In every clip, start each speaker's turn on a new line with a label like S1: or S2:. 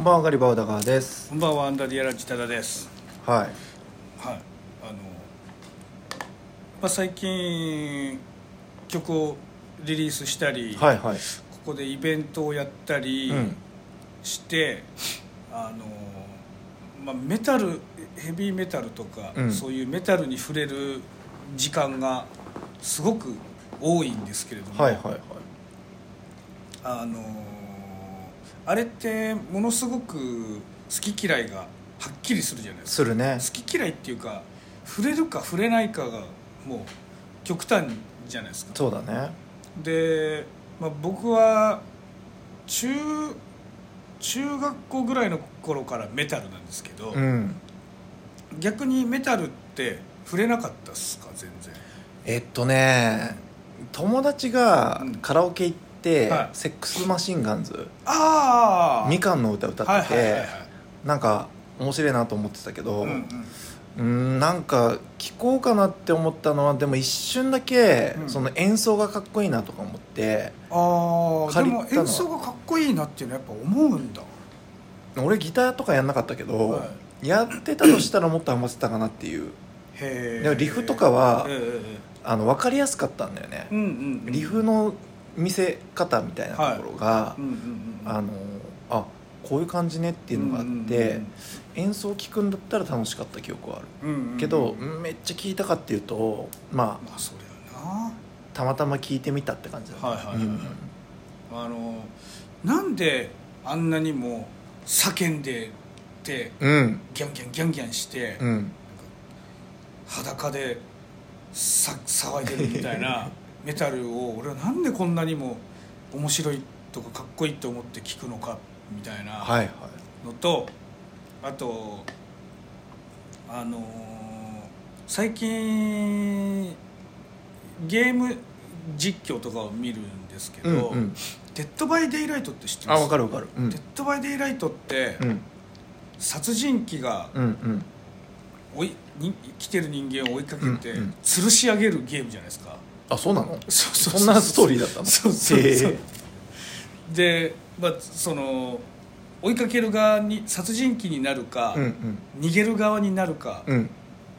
S1: んばんはガリバーダガーです
S2: こんばんはアンダリアラジタダです。
S1: はい
S2: はい。あのまあ最近曲をリリースしたり、
S1: はいはい
S2: ここでイベントをやったり
S1: うん
S2: して、あのまあメタルヘビーメタルとか、
S1: うん
S2: そういうメタルに触れる時間がすごく多いんですけれども、
S1: はいはいはい
S2: あのあれってものすごく好き嫌いがはっきりするじゃないです
S1: す
S2: か。
S1: るね
S2: 好き嫌いっていうか触れるか触れないかがもう極端じゃないですか
S1: そうだね
S2: で、まあ、僕は中中学校ぐらいの頃からメタルなんですけど、
S1: うん
S2: 逆にメタルって触れなかったっすか全然
S1: えっとね友達が
S2: うん
S1: カラオケ行って、
S2: はい
S1: セックスマシンガンズ
S2: ああ
S1: みかんの歌歌
S2: はい
S1: って
S2: は
S1: て、
S2: いはいはい
S1: なんか面白いなと思ってたけど
S2: うんうん
S1: うーんなんか聴こうかなって思ったのはでも一瞬だけ、
S2: うん
S1: その演奏がかっこいいなとか思って
S2: ああで
S1: 借りたの
S2: も演奏がかっこいいなっていうのはやっぱ思うんだ、
S1: 俺ギターとかやんなかったけど、
S2: はい
S1: やってたとしたらもっとハマってたかなっていう
S2: へえ
S1: でもリフとかは
S2: えええ
S1: あの分かりやすかったんだよね
S2: え、うんうんうん
S1: リフの見せ方みたいなところが、
S2: うんうんうんうん
S1: あのあこういう感じねっていうのがあって、演奏聴くんだったら楽しかった記憶はある、
S2: うんうんうんうん
S1: けどめっちゃ聴いたかっていうとまあ
S2: まあそれは
S1: たまたま聴いてみたって感じだね
S2: はいはいはいはい
S1: うん
S2: なあのなんであんなにも叫んでて
S1: うん
S2: ギャンギャンギャンギャンして、
S1: うん
S2: 裸でさ騒いでるみた いなメタルを俺はなんでこんなにも面白いとかかっこいいと思って聞くのかみたいな
S1: はいはい
S2: のと、あとあのー最近ゲーム実況とかを見るんですけ
S1: うん
S2: ど
S1: う
S2: 「
S1: ん
S2: デッド・バイ・デイ・ライト」って知ってま
S1: あ
S2: す
S1: 分かる分かるうん
S2: デッド・バイ・デイ・ライトって、
S1: うん
S2: 殺人鬼が
S1: うんうん
S2: 追いに生きてる人間を追いかけて、
S1: うんうん
S2: 吊るし上げるゲームじゃないですか
S1: あそうなの
S2: そう
S1: そんなストーリーだったの
S2: そうそうそう
S1: へえ
S2: で、まあ、その追いかける側に殺人鬼になるか、
S1: うんうん
S2: 逃げる側になるか
S1: うん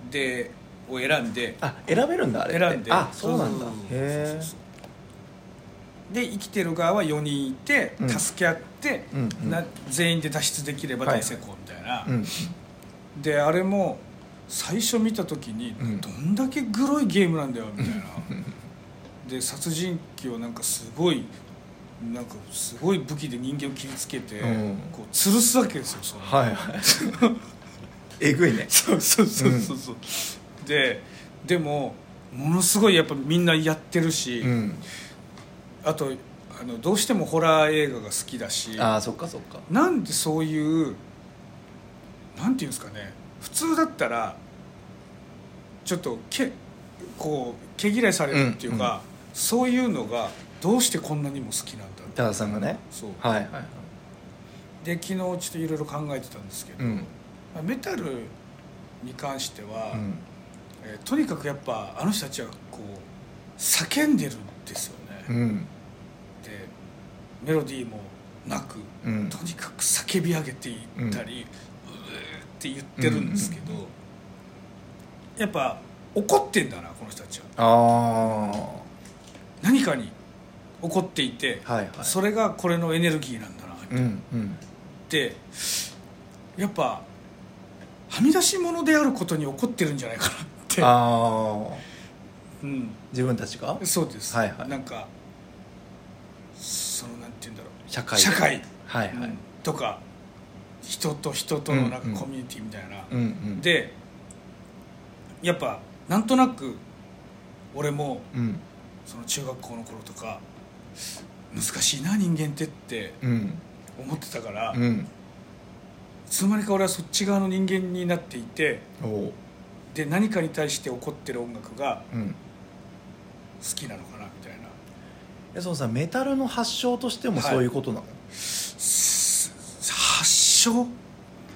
S2: で、を選んで
S1: あ選べるんだあれって
S2: 選んで
S1: あそうなんだ
S2: そうそうそう
S1: へえ
S2: そうそうそうで生きてる側は4人いて
S1: うん
S2: 助け合って、
S1: うんうん
S2: な全員で脱出できれば
S1: はい
S2: 大成功みたいな、
S1: うん
S2: であれも最初見た時に、
S1: うん
S2: どんだけグロいゲームなんだよみたい なで殺人鬼をなんかすごいなんかすごい武器で人間を切りつけて、
S1: うん
S2: こう吊るすわけですよその
S1: はいはいえぐいね
S2: そうそうそうそうそう、ででもものすごいやっぱみんなやってるし、
S1: うん
S2: あとあのどうしてもホラー映画が好きだし
S1: ああそっかそっか
S2: なんでそういうなんていうんですかね普通だったらちょっとけこう毛嫌いされるっていうか、
S1: うんう
S2: そういうのがどうしてこんなにも好きなんだろう
S1: 多田さんがね
S2: そう
S1: はいはいはい
S2: で昨日ちょっといろいろ考えてたんですけど、
S1: うん
S2: まあメタルに関しては、
S1: うん
S2: えーとにかくやっぱあの人たちはこう叫んでるんですよね、
S1: うん
S2: でメロディーもなく、
S1: うん
S2: とにかく叫び上げていったり、うーって言ってるんですけど、
S1: うんうん
S2: やっぱ怒ってんだなこの人たちは
S1: ああ
S2: 何かに怒っていて、
S1: はいはい
S2: それがこれのエネルギーなんだなっ
S1: うんうん
S2: て、やっぱはみ出し物であることに怒ってるんじゃないかなって、
S1: ああ
S2: うん、
S1: 自分たちが
S2: そうです、
S1: はいはい
S2: なんかそのなんて言うんだろう
S1: 社会
S2: 社会、
S1: はいはい
S2: うんとか人と人とのなん
S1: うんうん
S2: かコミュニティみたいな、
S1: うんうん
S2: でやっぱなんとなく俺も
S1: うん
S2: その中学校の頃とか難しいな人間ってって
S1: うん
S2: 思ってたから、
S1: う
S2: い
S1: ん
S2: つの間にか俺はそっち側の人間になっていて
S1: おお
S2: で何かに対して怒ってる音楽が
S1: うん
S2: 好きなのかなみたいな
S1: えそのさメタルの発祥としても
S2: はい
S1: そういうことなの
S2: す発祥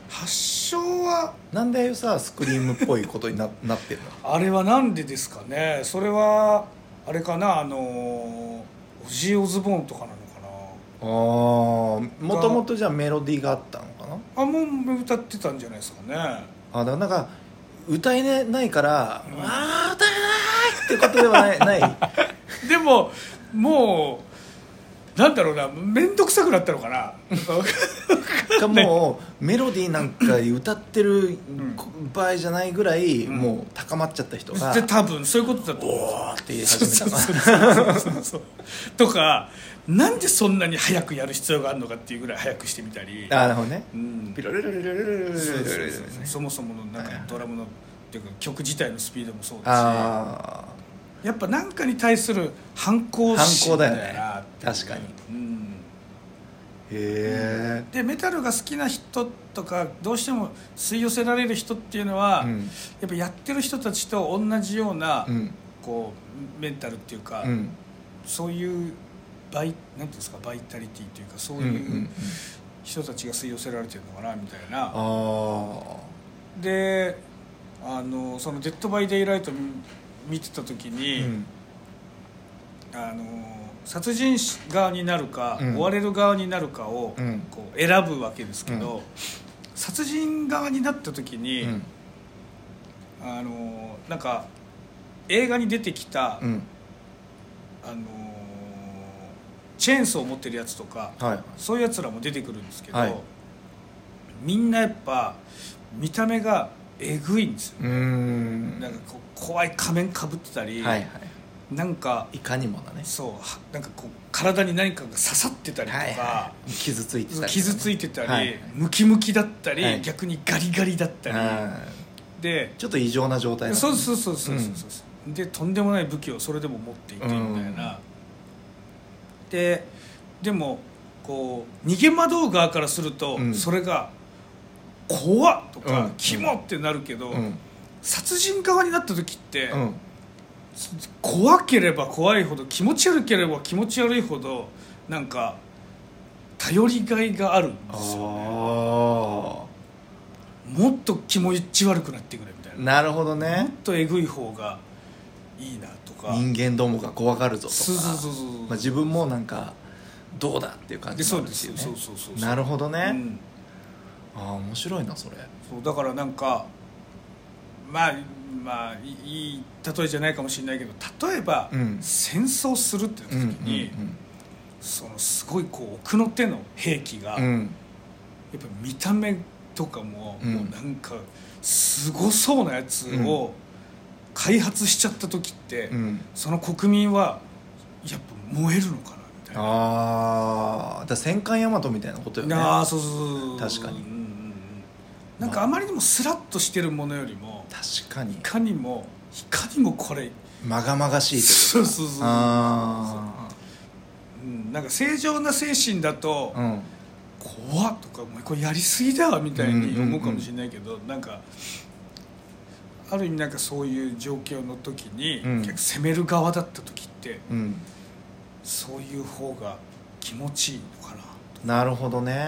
S2: 発祥は
S1: なんでああいうさスクリームっぽいことにななってるの
S2: あれはなんでですかねそれはあれかなあのオジー・オズボーンとかなのかな
S1: ああもともとじゃあメロディーがあったのかな
S2: あもう歌ってたんじゃないですかね
S1: あだからなんか歌えないから、ああ歌えないってことではないない
S2: でももうなんだろうな面倒くさくなったの かな
S1: かもうメロディーなんか歌ってる場合じゃないぐらい、
S2: ん
S1: もう高まっちゃった人が
S2: で多分そういうことだと
S1: お
S2: 思う
S1: ーって言い始めた
S2: そ
S1: か
S2: うそうそうそうそうとかなんでそんなに早くやる必要があるのかっていうぐらい早くしてみたり
S1: らあーなるほどね
S2: うん
S1: ピロルルルルルルルルルル
S2: そうそう
S1: ルル
S2: そう
S1: ル
S2: そもそものなんかドラムのっていうか曲自体のスピードもそうだ
S1: ああ
S2: しやっぱ何かに対する反抗
S1: 反抗
S2: 心
S1: だよね
S2: よなっていう
S1: 確かに
S2: うん
S1: へ
S2: でメタルが好きな人とかどうしても吸い寄せられる人っていうのは、
S1: えうん
S2: やっぱやってる人たちと同じような、
S1: うん
S2: こうメンタルっていうか、
S1: うん
S2: そういうバイなんていうんですかバイタリティというかそう
S1: うんうんう
S2: いうん人たちが吸い寄せられてるのかなみたいな、
S1: あ
S2: であのその「デッド・バイ・デイ・ライト」見てた時
S1: あ
S2: に、
S1: うん
S2: あの殺人師側になるか、
S1: うん
S2: 追われる側になるかを、
S1: うん
S2: こう選ぶわけですけど、殺人側になった時に、
S1: うん
S2: あのなんか映画に出てきた、
S1: うん
S2: あのチェーンソーを持ってるやつとか
S1: はい
S2: そういうやつらも出てくるんですけど、
S1: はい
S2: みんなやっぱ見た目がえぐいんですよ、
S1: うーん
S2: なんかこう怖い仮面かぶってたり、
S1: はいは
S2: なんか
S1: いいかにもだね
S2: そうはなんかこう体に何かが刺さってたりとか、
S1: はいはい傷ついてたりとかね
S2: 傷ついてたり、
S1: はい
S2: ムキムキだったり、
S1: はい
S2: 逆にガリガリだったり、
S1: うん
S2: で
S1: ちょっと異常な状態だね
S2: そうそうそうそうそうそう、でとんでもない武器をそれでも持っていてみたいな、ででもこう逃げ惑う側からすると、
S1: うん
S2: それが怖っとか、
S1: うん
S2: キモってなるけど、
S1: うん
S2: 殺人側になった時って、
S1: うん
S2: 怖ければ怖いほど気持ち悪ければ気持ち悪いほどなんか頼りがいがあるん
S1: あ
S2: ですよ
S1: あ
S2: もっと気持ち悪くなってくれみたいな
S1: なるほど
S2: もっ
S1: ね
S2: とえぐい方がいいなとか
S1: 人間どもが怖がるぞとか
S2: そうそうそうそう
S1: まあ、自分もなんかどうだっていう感
S2: で
S1: じ
S2: そう
S1: もあ
S2: で
S1: るし
S2: す
S1: ね
S2: よそうそうそうそう
S1: なるほどね、
S2: うん
S1: ああ面白いなそれ
S2: そうだからなんかまあまあいいい例えじゃないかもしれないけど例えば、
S1: うん
S2: 戦争するってなった時に、そのすごいこう奥の手の兵器が、
S1: うんうん
S2: やっぱ見た目とかも,、
S1: うん
S2: もうなんかすごそうなやつを開発しちゃった時って、
S1: うん、うん、
S2: その国民はやっぱ燃えるのかなみたいな
S1: ああだ戦艦大和みたいなことよね
S2: ああそうそうそう
S1: 確かに
S2: うんうんうん、なんかあまりにもスラッとしてるものよりも
S1: 確かに
S2: いかにもいかにもこれ
S1: まがまがしいという
S2: そうそうそう、
S1: あ
S2: うん、なんか正常な精神だと、
S1: あうん
S2: 怖っとかお前これやりすぎだわみたいに思うかもしれないけど、なんかある意味なんかそういう状況の時に、
S1: うん
S2: 逆に攻める側だった時って
S1: うん
S2: そういう方が気持ちいいのかな
S1: なるほどね、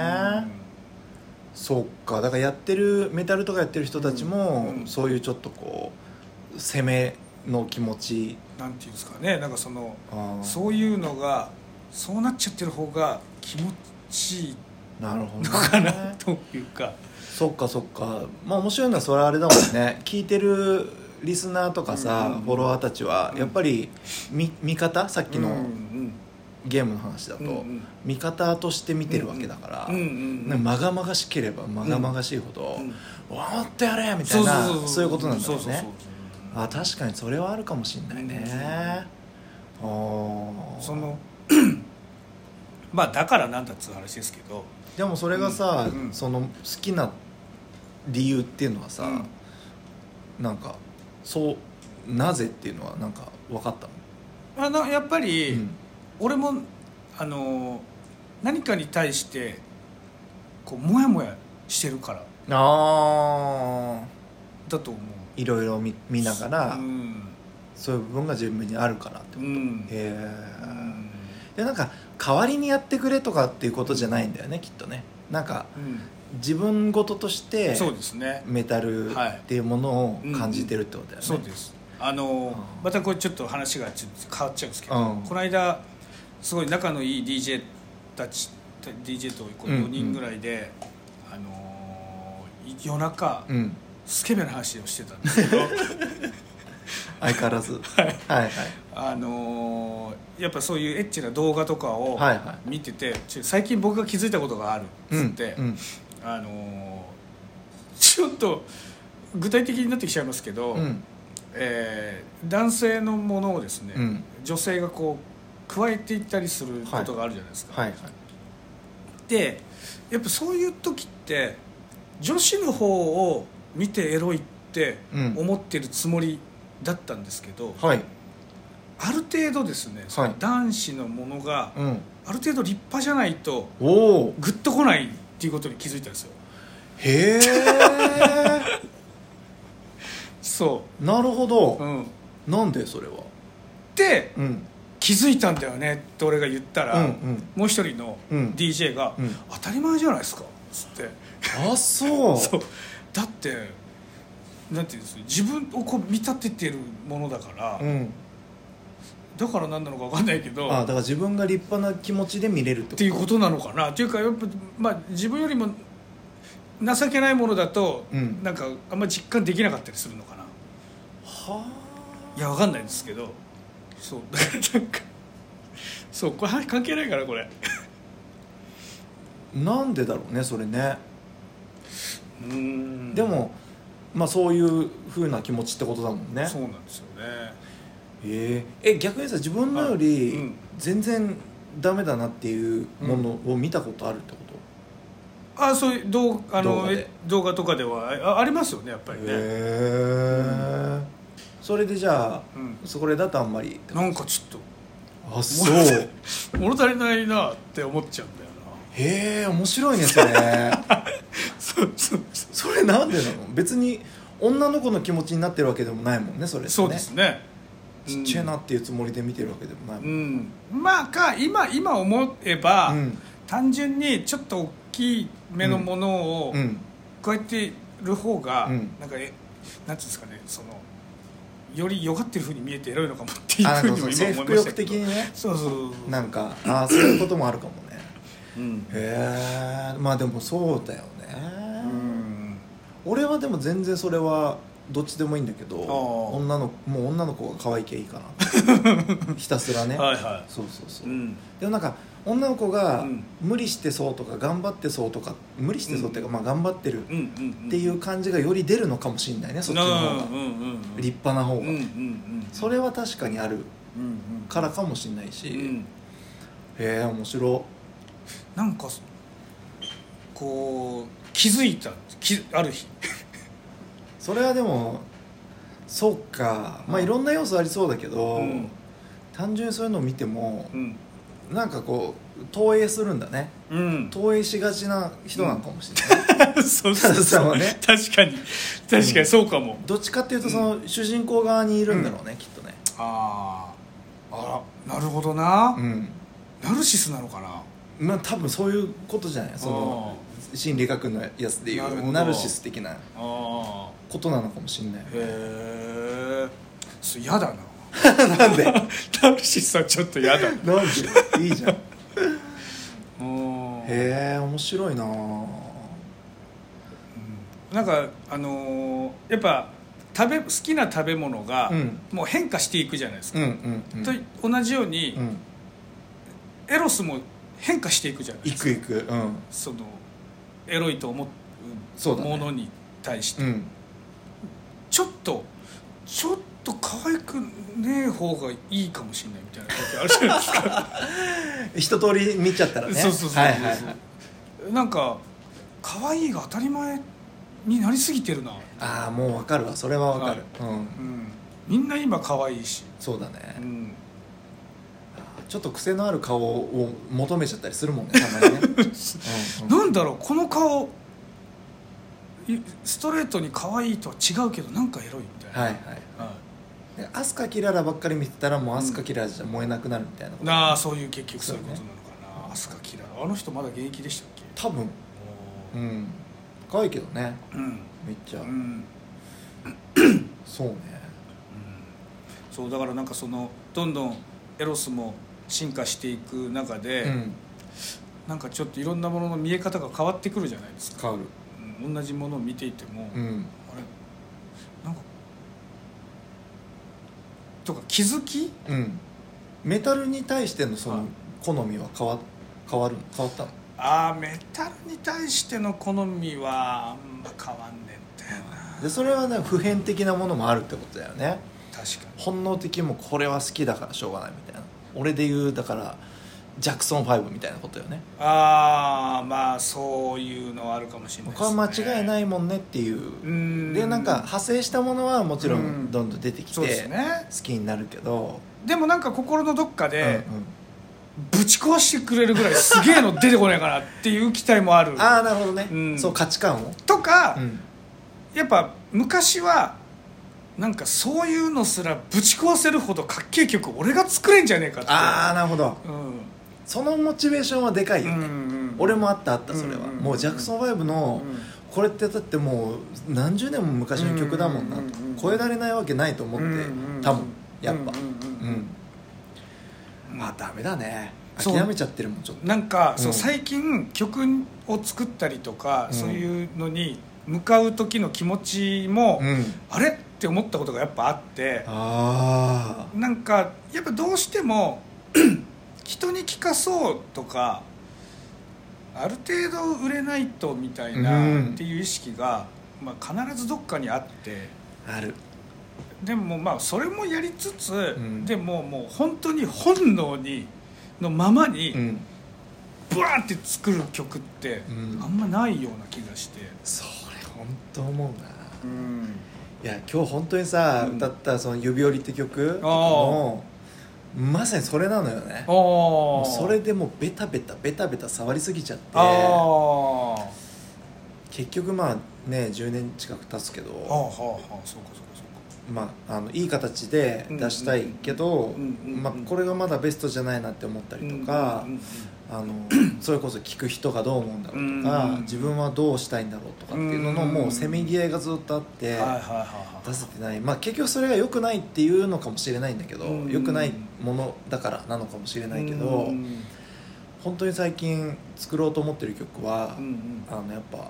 S2: と、
S1: そっかだからやってるメタルとかやってる人たちも、
S2: うんうん
S1: そういうちょっとこう攻めの気持ち
S2: なんていうんですかねなんかその
S1: ああ
S2: そういうのがそうなっちゃってる方が気持ちいい
S1: なるほど、
S2: の
S1: ね、
S2: かな、というか
S1: そっかそっかまあ面白いのはそれはあれだもんね聞いてるリスナーとかさ、
S2: うんうん
S1: フォロワーたちは
S2: うん
S1: やっぱり見見方さっき
S2: うん
S1: のゲームの話だと、
S2: うんうん
S1: 見方として見てるわけだから、
S2: うんうんうん
S1: まがまがしければまがまがしいほど
S2: うん
S1: 「わ、もっとやれ!」みたいなそういうことなんだろうね
S2: そうそうそう
S1: あ確かにそれはあるかもしんないね、あー
S2: その まあだからなんだっつう話ですけど、
S1: でもそれがさ、
S2: うんうん
S1: その好きな理由っていうのはさ、
S2: うん
S1: なんかそうなぜっていうのはなんか分かったの
S2: あのやっぱり、
S1: うん
S2: 俺もあの何かに対してこうモヤモヤしてるから
S1: ああ
S2: だと思う
S1: いろいろ見見ながら、
S2: うん、
S1: そういう部分が自分にあるからってこ
S2: う
S1: と、
S2: ん
S1: へ
S2: う
S1: え
S2: ん
S1: でなんか代わりにやってくれとかっていうことじゃないんだよねきっとねなんか自分事として
S2: そうですね
S1: メタルっていうものを感じてるってことだよね、
S2: そうですあの
S1: うん
S2: またこれちょっと話がちょっと変わっちゃうんですけど、
S1: うん
S2: この間すごい仲のいい DJ たち DJ とこう
S1: うんうん
S2: 4人ぐらいで、あの夜中、
S1: うん
S2: スケベな話をしてたんですけ ど
S1: 相変わ らずはいはい
S2: あのーやっぱそういうエッチな動画とかを
S1: はいは
S2: 見てて、ちょ最近僕が気づいたことがあるっ
S1: い
S2: つって、
S1: うんうん
S2: あのーちょっと具体的になってきちゃいますけど、
S1: うん
S2: えー男性のものをですね、
S1: うん
S2: 女性がこう加えていったりすることがあるじゃないですか、
S1: はいはい
S2: でやっぱそういう時って女子の方を見てエロいって
S1: うん
S2: 思ってるつもりだったんですけど、
S1: はい
S2: ある程度ですね、
S1: はい
S2: 男子のものが
S1: うん
S2: ある程度立派じゃないと
S1: おお
S2: グッとこないっていうことに気づいたんですよ
S1: へえ
S2: そ
S1: なるほ
S2: う、う
S1: ど
S2: ん、
S1: なんでそれは
S2: で
S1: うん
S2: 気づいたんだよねって俺が言った
S1: う
S2: ら、
S1: んうん
S2: もう一人の
S1: うん
S2: DJ が、
S1: うん
S2: 当たり前じゃないですか」つって
S1: あそう
S2: そうだってなんていうんです自分をこう見立ててるものだから、
S1: うん
S2: だから何なのか分かんないけど
S1: あだから自分が立派な気持ちで見れるってこと
S2: っていうことなのかなっていうかやっぱ、まあ、自分よりも情けないものだと、
S1: うん
S2: なんかあんま実感できなかったりするのかな
S1: はい
S2: や分かんないですけどそうだからなんかそうこれはい関係ないからこれ
S1: あなんでだろうねそれね
S2: うーん
S1: でもまあそういうふうな気持ちってことだもんね
S2: そうなんですよね
S1: へええ逆にさ自分のよ
S2: あう
S1: り
S2: ん
S1: 全然ダメだなっていうものを見たことあるってこ
S2: あそういう動画あ
S1: 動画
S2: の動画
S1: で
S2: 動画とかではあありますよねやっぱ
S1: と
S2: り
S1: へ
S2: ね、
S1: えそれでじゃあ
S2: うん、
S1: そこでだとあんまり
S2: なんかちょっ
S1: あそう
S2: と 物足りないなって思っちゃうんだよな
S1: へえ面白いねそれ
S2: そうそうそ
S1: それなんでなの別に女の子の気持ちになってるわけでもないもんねそれって
S2: う
S1: ね
S2: そうですね
S1: ちっちゃいなっていうつもりで見てるわけでもないも
S2: うんん、まあか今今思えば、
S1: うん
S2: 単純にちょっと大きめのものを
S1: うん
S2: 加えてる方が、
S1: うん
S2: なんかえなんていうんですかねそのよりよがってるふうに見えてエロいのかもっていう
S1: あ
S2: ふう
S1: の
S2: にも今
S1: 制
S2: 思い
S1: 服
S2: ました
S1: 欲
S2: け
S1: 的
S2: ど
S1: にね
S2: そうそうそう
S1: なんかああそういうこともあるかもね
S2: うん、
S1: へえまあでもそうだよ
S2: う
S1: ね、
S2: ん、
S1: 俺はでも全然それはどっちでもいいんだけど
S2: あ
S1: 女のもう女の子が可愛いきゃいいか なひたすらね、
S2: はいは
S1: そうそうそう、
S2: い、うん、
S1: でもなんか女の子が
S2: うん
S1: 無理してそうとか頑張ってそうとか無理してそうっていうか、まあ頑張ってる
S2: うんうんうん
S1: っていう感じがより出るのかもしれないねそっちの方が
S2: うんうんうんうん
S1: 立派な方
S2: うん
S1: が、
S2: うんうん
S1: それは確かにある
S2: うんうん
S1: からかもしれないし、
S2: う
S1: へ
S2: ん
S1: え面白
S2: なんかそこう気づいたきある日
S1: それはでもそうかまあ
S2: うん
S1: いろんな要素ありそうだけど、
S2: うん
S1: 単純にそういうのを見ても
S2: うん
S1: なんかこう投影するんだね
S2: うん
S1: 投影しがちな人なのかもしれない、
S2: そう
S1: た
S2: そ
S1: だ
S2: う
S1: さん
S2: そ
S1: は
S2: う、
S1: ね
S2: 確かに確かにそうかも、
S1: どっちかっていうとその主人公側にいるんだろうね、きっとね
S2: あーあらなるほどな、
S1: うん
S2: ナルシスなのかな
S1: まあ多分そういうことじゃないその心理学のやつでい
S2: なるほ
S1: う
S2: ど
S1: ナルシス的な
S2: ああ
S1: ことなのかもしれない
S2: ーへえそれ嫌だな
S1: なんでなん
S2: ナルシスはちょっと嫌だう
S1: でい いじゃんへ
S2: ん
S1: え面白いな
S2: なんかあのーやっぱ食べ好きな食べ物が、
S1: うん
S2: もう変化していくじゃないです
S1: う
S2: か、
S1: んうんうん
S2: と同じように、
S1: うん
S2: エロスも変化していくじゃないで
S1: 行
S2: す
S1: く
S2: か
S1: 行くうん
S2: そのエロいと思
S1: そう
S2: う
S1: だ
S2: も
S1: ね
S2: のに対して、
S1: うん
S2: ちょっとちょっと可愛くねえ方がいいかもしれないみたいな時あるじゃな いですか、
S1: 一通り見ちゃったらね
S2: そうそうそうそう、
S1: はいはいはい
S2: なんか可愛いが当たり前になりすぎてるな、
S1: ああもうわかるわそれはわかるうん
S2: うん、みんな今可愛いし、
S1: そうだ
S2: う
S1: ね
S2: ん、
S1: ちょっと癖のある顔を求めちゃったりする もんねたまにねうんうん
S2: なんだろうこの顔いストレートに可愛いとは違うけどなんかエロいみたいな、
S1: はいはい
S2: は
S1: でアスカキララばっかり見てたらもうアスカキララじゃ燃えなくなるみたいなこ
S2: い
S1: と
S2: なあそういう結局
S1: そ
S2: そうう
S1: い
S2: いうう
S1: ね
S2: ことなのかな飛鳥キラーあの人まだ現役でしたっけ
S1: 多分うん可愛いけどね
S2: うん
S1: めっちゃ、
S2: うん、うん、
S1: そうね
S2: そうだからなんかそのどんどんエロスも進化していく中で、
S1: うん
S2: なんかちょっといろんなものの見え方が変わってくるじゃないですか、
S1: 変わる
S2: うん同じものを見ていても、
S1: う
S2: あれ
S1: ん
S2: なんかとか気づき
S1: うんメタルに対してのそ
S2: は
S1: の
S2: い
S1: 好みは変わ変わる変わったの
S2: ああメタルに対しての好みはあんま変わんねえんだよな
S1: でそれはね普遍的なものもあるってことだよね
S2: 確かに
S1: 本能的にもうこれは好きだからしょうがないみたいな俺で言うだからジャクソン5みたいなことよね
S2: ああまあそういうのはあるかもしれない
S1: これは間違いないいもんねっていう
S2: うん
S1: でなんか派生したものはもちろ
S2: うんん
S1: どんどん出てき
S2: そうです
S1: て
S2: ね
S1: 好きになるけど、
S2: でもなんか心のどっかで
S1: うんうん
S2: ぶち壊してくれるぐらいすげえの出てこないかなっていう期待もある
S1: ああなるほどね、
S2: うん
S1: そう価値観を、
S2: とか、
S1: うん
S2: やっぱ昔はなんかそういうのすらぶち壊せるほどかっけえ曲俺が作れんじゃねえかって
S1: ああなるほど
S2: うん
S1: そのモチベーションはでかいよね、
S2: ん
S1: 俺もあったあったそれは、
S2: うんうんうん
S1: もうジャクソン5の、
S2: うん
S1: これってだってもう何十年も昔の曲だもんなと、
S2: うんうんうんうん
S1: 超えられないわけないと思って、
S2: うんうんうん
S1: 多分やっぱ
S2: うんうんうん
S1: うんまあダメだね
S2: そう
S1: 諦めちゃってるもんちょっと
S2: なんか、
S1: うん
S2: そう最近曲を作ったりとか、
S1: うん
S2: そういうのに向かう時の気持ちも、
S1: うん
S2: あれって思ったことがやっぱあって
S1: ああ
S2: なんかやっぱどうしても 人に聞かそうとかある程度売れないとみたいな
S1: うん
S2: っていう意識が、まあ、必ずどっかにあって
S1: ある
S2: でもまあそれもやりつつ、
S1: ん
S2: でももう本当に本能にのままに。
S1: うん
S2: ブワーって作る曲って
S1: うん
S2: あんまないような気がして、
S1: それ本当思うな
S2: うん、
S1: いや今日本当にさ、
S2: うん
S1: 歌ったその「指折り」って曲のまさにそれなのよね
S2: あ
S1: も
S2: あ
S1: うそれでもうベタベタベタベタ触りすぎちゃって
S2: ああは
S1: 結局まあね10年近く経つけ
S2: あは
S1: ど
S2: あはあそうかそうかそうか
S1: まあ、あのいい形で出したいけど
S2: うんうんうん
S1: まあこれがまだベストじゃないなって思ったりとか
S2: うんうん
S1: あの それこそ聞く人がどう思うんだろうと
S2: うんう
S1: か
S2: ん
S1: 自分はどうしたいんだろうとかっていうのの
S2: うん
S1: もうせめぎ合いがずっとあっ
S2: う
S1: て
S2: んはいはいはいはい
S1: 出せてないまあ結局それが良くないっていうのかもしれないんだけど
S2: うん
S1: 良くないものだからなのかもしれないけど
S2: うん
S1: 本当に最近作ろうと思ってる曲は
S2: うんうん
S1: あのやっぱ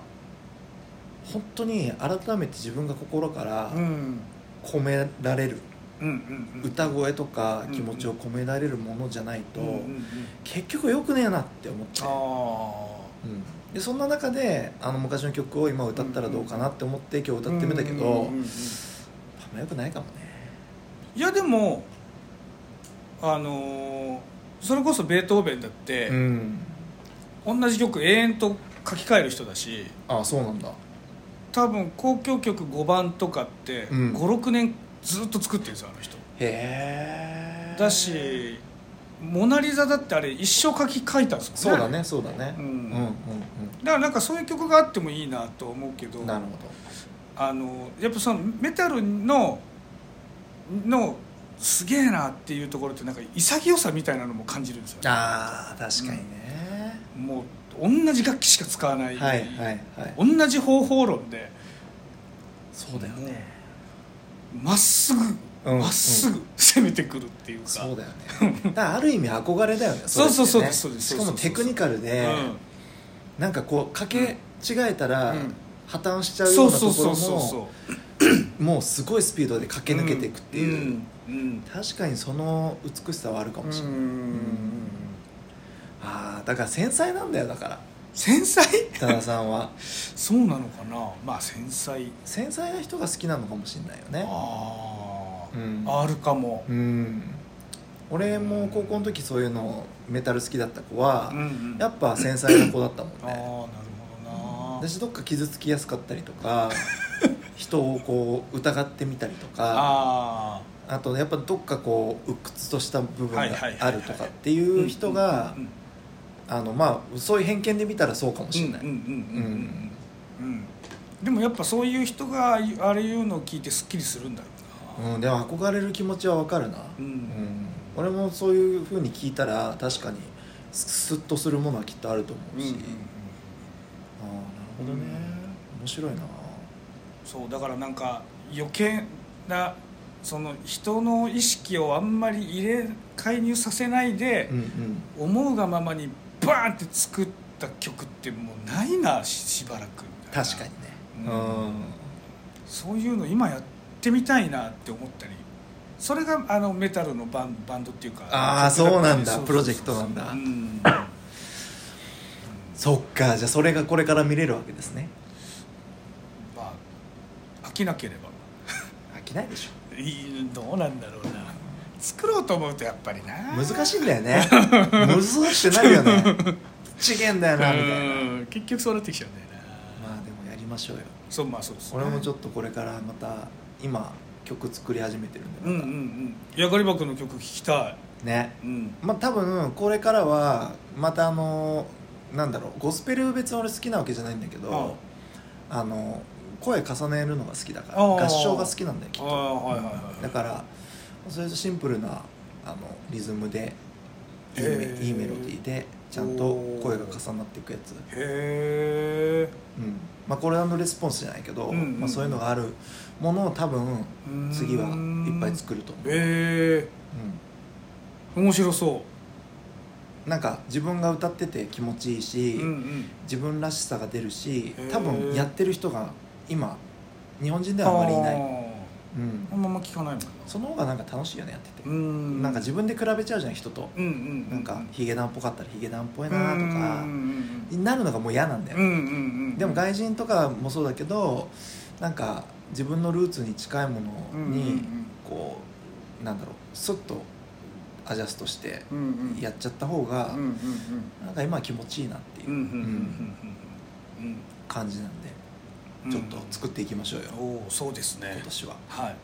S1: 本当に改めて自分が心から
S2: うんうん
S1: 込められる
S2: うんうん
S1: 歌声とか気持ちを込められるものじゃないと
S2: うんうんうん
S1: 結局よくねえなって思って
S2: あ、あ
S1: うん、でそんな中であの昔の曲を今歌ったらどうかなって思って今日歌ってみたけど、
S2: うんうんうんうん
S1: あんまよくないかもね
S2: いやでもあのーそれこそベートーベンだって、
S1: ん
S2: 同じ曲永遠と書き換える人だし
S1: ああそうなんだ
S2: 多分交響曲5番とかって
S1: うん
S2: 56年ずっと作ってるんですよあの人
S1: へえ
S2: だし「モナ・リザ」だってあれ一生書き換えたんですもん
S1: そうだねそうだね
S2: うん
S1: うんうん
S2: だからなんかそういう曲があってもいいなと思うけど
S1: うんなるほ
S2: あのやっぱそのメタルののすげえなっていうところってなんか潔さみたいなのも感じるんですよ
S1: どああ確かにね、
S2: もう同じ楽器しか使わない、
S1: はいはいはい
S2: 同じ方法論で
S1: そうだよね
S2: まっすぐ
S1: うん
S2: まっすぐ攻めてくるっていうか
S1: そうだよねだからある意味憧れだよねれってね
S2: そうそうそうですそうです
S1: しかもテクニカルで、
S2: うん
S1: なんかこうかけ違えたら
S2: うん
S1: 破綻しちゃうよ
S2: そうう
S1: な
S2: そ
S1: と
S2: う
S1: こ
S2: そ
S1: ろ
S2: うそう
S1: も
S2: そ
S1: もうすごいスピードで駆け抜けていくっていう、
S2: うんうん
S1: 確かにその美しさはあるかもしれない、
S2: うん
S1: ああだから繊細なんだよだから
S2: 繊細
S1: 多田さんは
S2: そうなのかなまあ繊細
S1: 繊細な人が好きなのかもしれないよね
S2: あ
S1: う
S2: ー、
S1: ん
S2: あるかも
S1: うん俺も高校の時そういうのメタル好きだった子は、
S2: うんうん
S1: やっぱ繊細な子だったもん
S2: ああなる
S1: ね
S2: ほどな
S1: 私どっか傷つきやすかったりとか 人をこう疑ってみたりとか
S2: あ
S1: あとやっぱどっかこう鬱屈とした部分が
S2: はいはいはいはい
S1: あるとかってい
S2: あ
S1: う人が
S2: うん
S1: あのまあそういう偏見で見たらそうかもしれない、
S2: うんうん
S1: うん
S2: うんうんうんでもやっぱそういう人があれいうのを聞いてすっきりするんだろうな
S1: うんでも憧れる気持ちはわかるな、
S2: うん
S1: うん俺もそういうふうに聞いたら確かにススッとするものはきっとあると思うし、ああなるほどね、面白いな
S2: そうだからなんか余計なその人の意識をあんまり入れ介入させないで
S1: う、んうん
S2: 思うがままにバーンって作った曲ってもうないなししばらくみたい
S1: 確かにね
S2: う
S1: うんん、
S2: そういうの今やってみたいなって思ったりそれがあのメタルのバンバンドっていうか
S1: あー
S2: 曲
S1: そうなんだ
S2: そうそうそう
S1: プロジェクトなんだ
S2: うん
S1: そっかじゃあそれがこれから見れるわけですね
S2: まあ飽きなければ
S1: 飽きないでしょ
S2: いいどうなんだろうな作ろうと思うとやっぱりな
S1: 難
S2: い
S1: しいんだよ ね難しくなるよねちげえんだよなみたいな
S2: 結局そうなってきちゃうんだよな、
S1: まあでもやりましょうよ
S2: そうまあそうです、
S1: 俺もちょ
S2: っ
S1: っとこれからまた今曲作り始めてるんでま
S2: うんう
S1: た、
S2: んうんヤガリバ君の曲聴きたい
S1: ね
S2: うん
S1: まあ多分これからはまたあのなんだろうゴスペル別に俺好きなわけじゃないんだけどあの声重ねるのが好きだから
S2: あー
S1: 合唱が好きなんだよきっ
S2: あ
S1: と
S2: あはいはいはい
S1: だからそういうシンプルなあのリズムでいい,、
S2: へー
S1: いいメロディーでちゃんと声が重なっていくやつ、
S2: へ
S1: うんまあ、コールアンドレスポンスじゃないけど、
S2: うんうん
S1: まあ、そういうのがあるものを多分
S2: え
S1: 次はいっぱい作ると思う、
S2: へえ面白そ
S1: うん、なんか自分が歌ってて気持ちいいし、
S2: ううん
S1: 自分らしさが出るし
S2: へー
S1: 多分やってる人が今日本人
S2: う
S1: で
S2: ん
S1: はあまりいない、
S2: あ
S1: う
S2: ーあ
S1: ん、
S2: んま聞かないもんな
S1: その方がなんか楽しいよねやってて
S2: う、ん
S1: なんか自分で比べちゃうじゃん人と、
S2: うんう
S1: な
S2: ん
S1: んかヒゲダンっぽかったらヒゲダンっぽ
S2: う
S1: い
S2: ん
S1: なと
S2: う
S1: か
S2: ん
S1: になるのがもう嫌なんだよ、
S2: うんうんうん
S1: でも外人とかもそうだけどなんか自分のルーツに近いも
S2: う
S1: の
S2: ん
S1: にこうなんだろうスッとアジャストして
S2: うんうんうん
S1: やっちゃった方が
S2: うんうん
S1: なんか今気持ちいいなって
S2: うんうんうん
S1: い
S2: う
S1: うん
S2: うんうん
S1: 感じなんで
S2: うん
S1: ちょっと作っていきましょうよ
S2: おおそうですね
S1: 今年は
S2: はい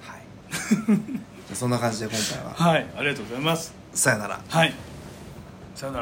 S1: はい じゃあそんな感じで今回は
S2: はいありがとうございます
S1: さよなら
S2: はい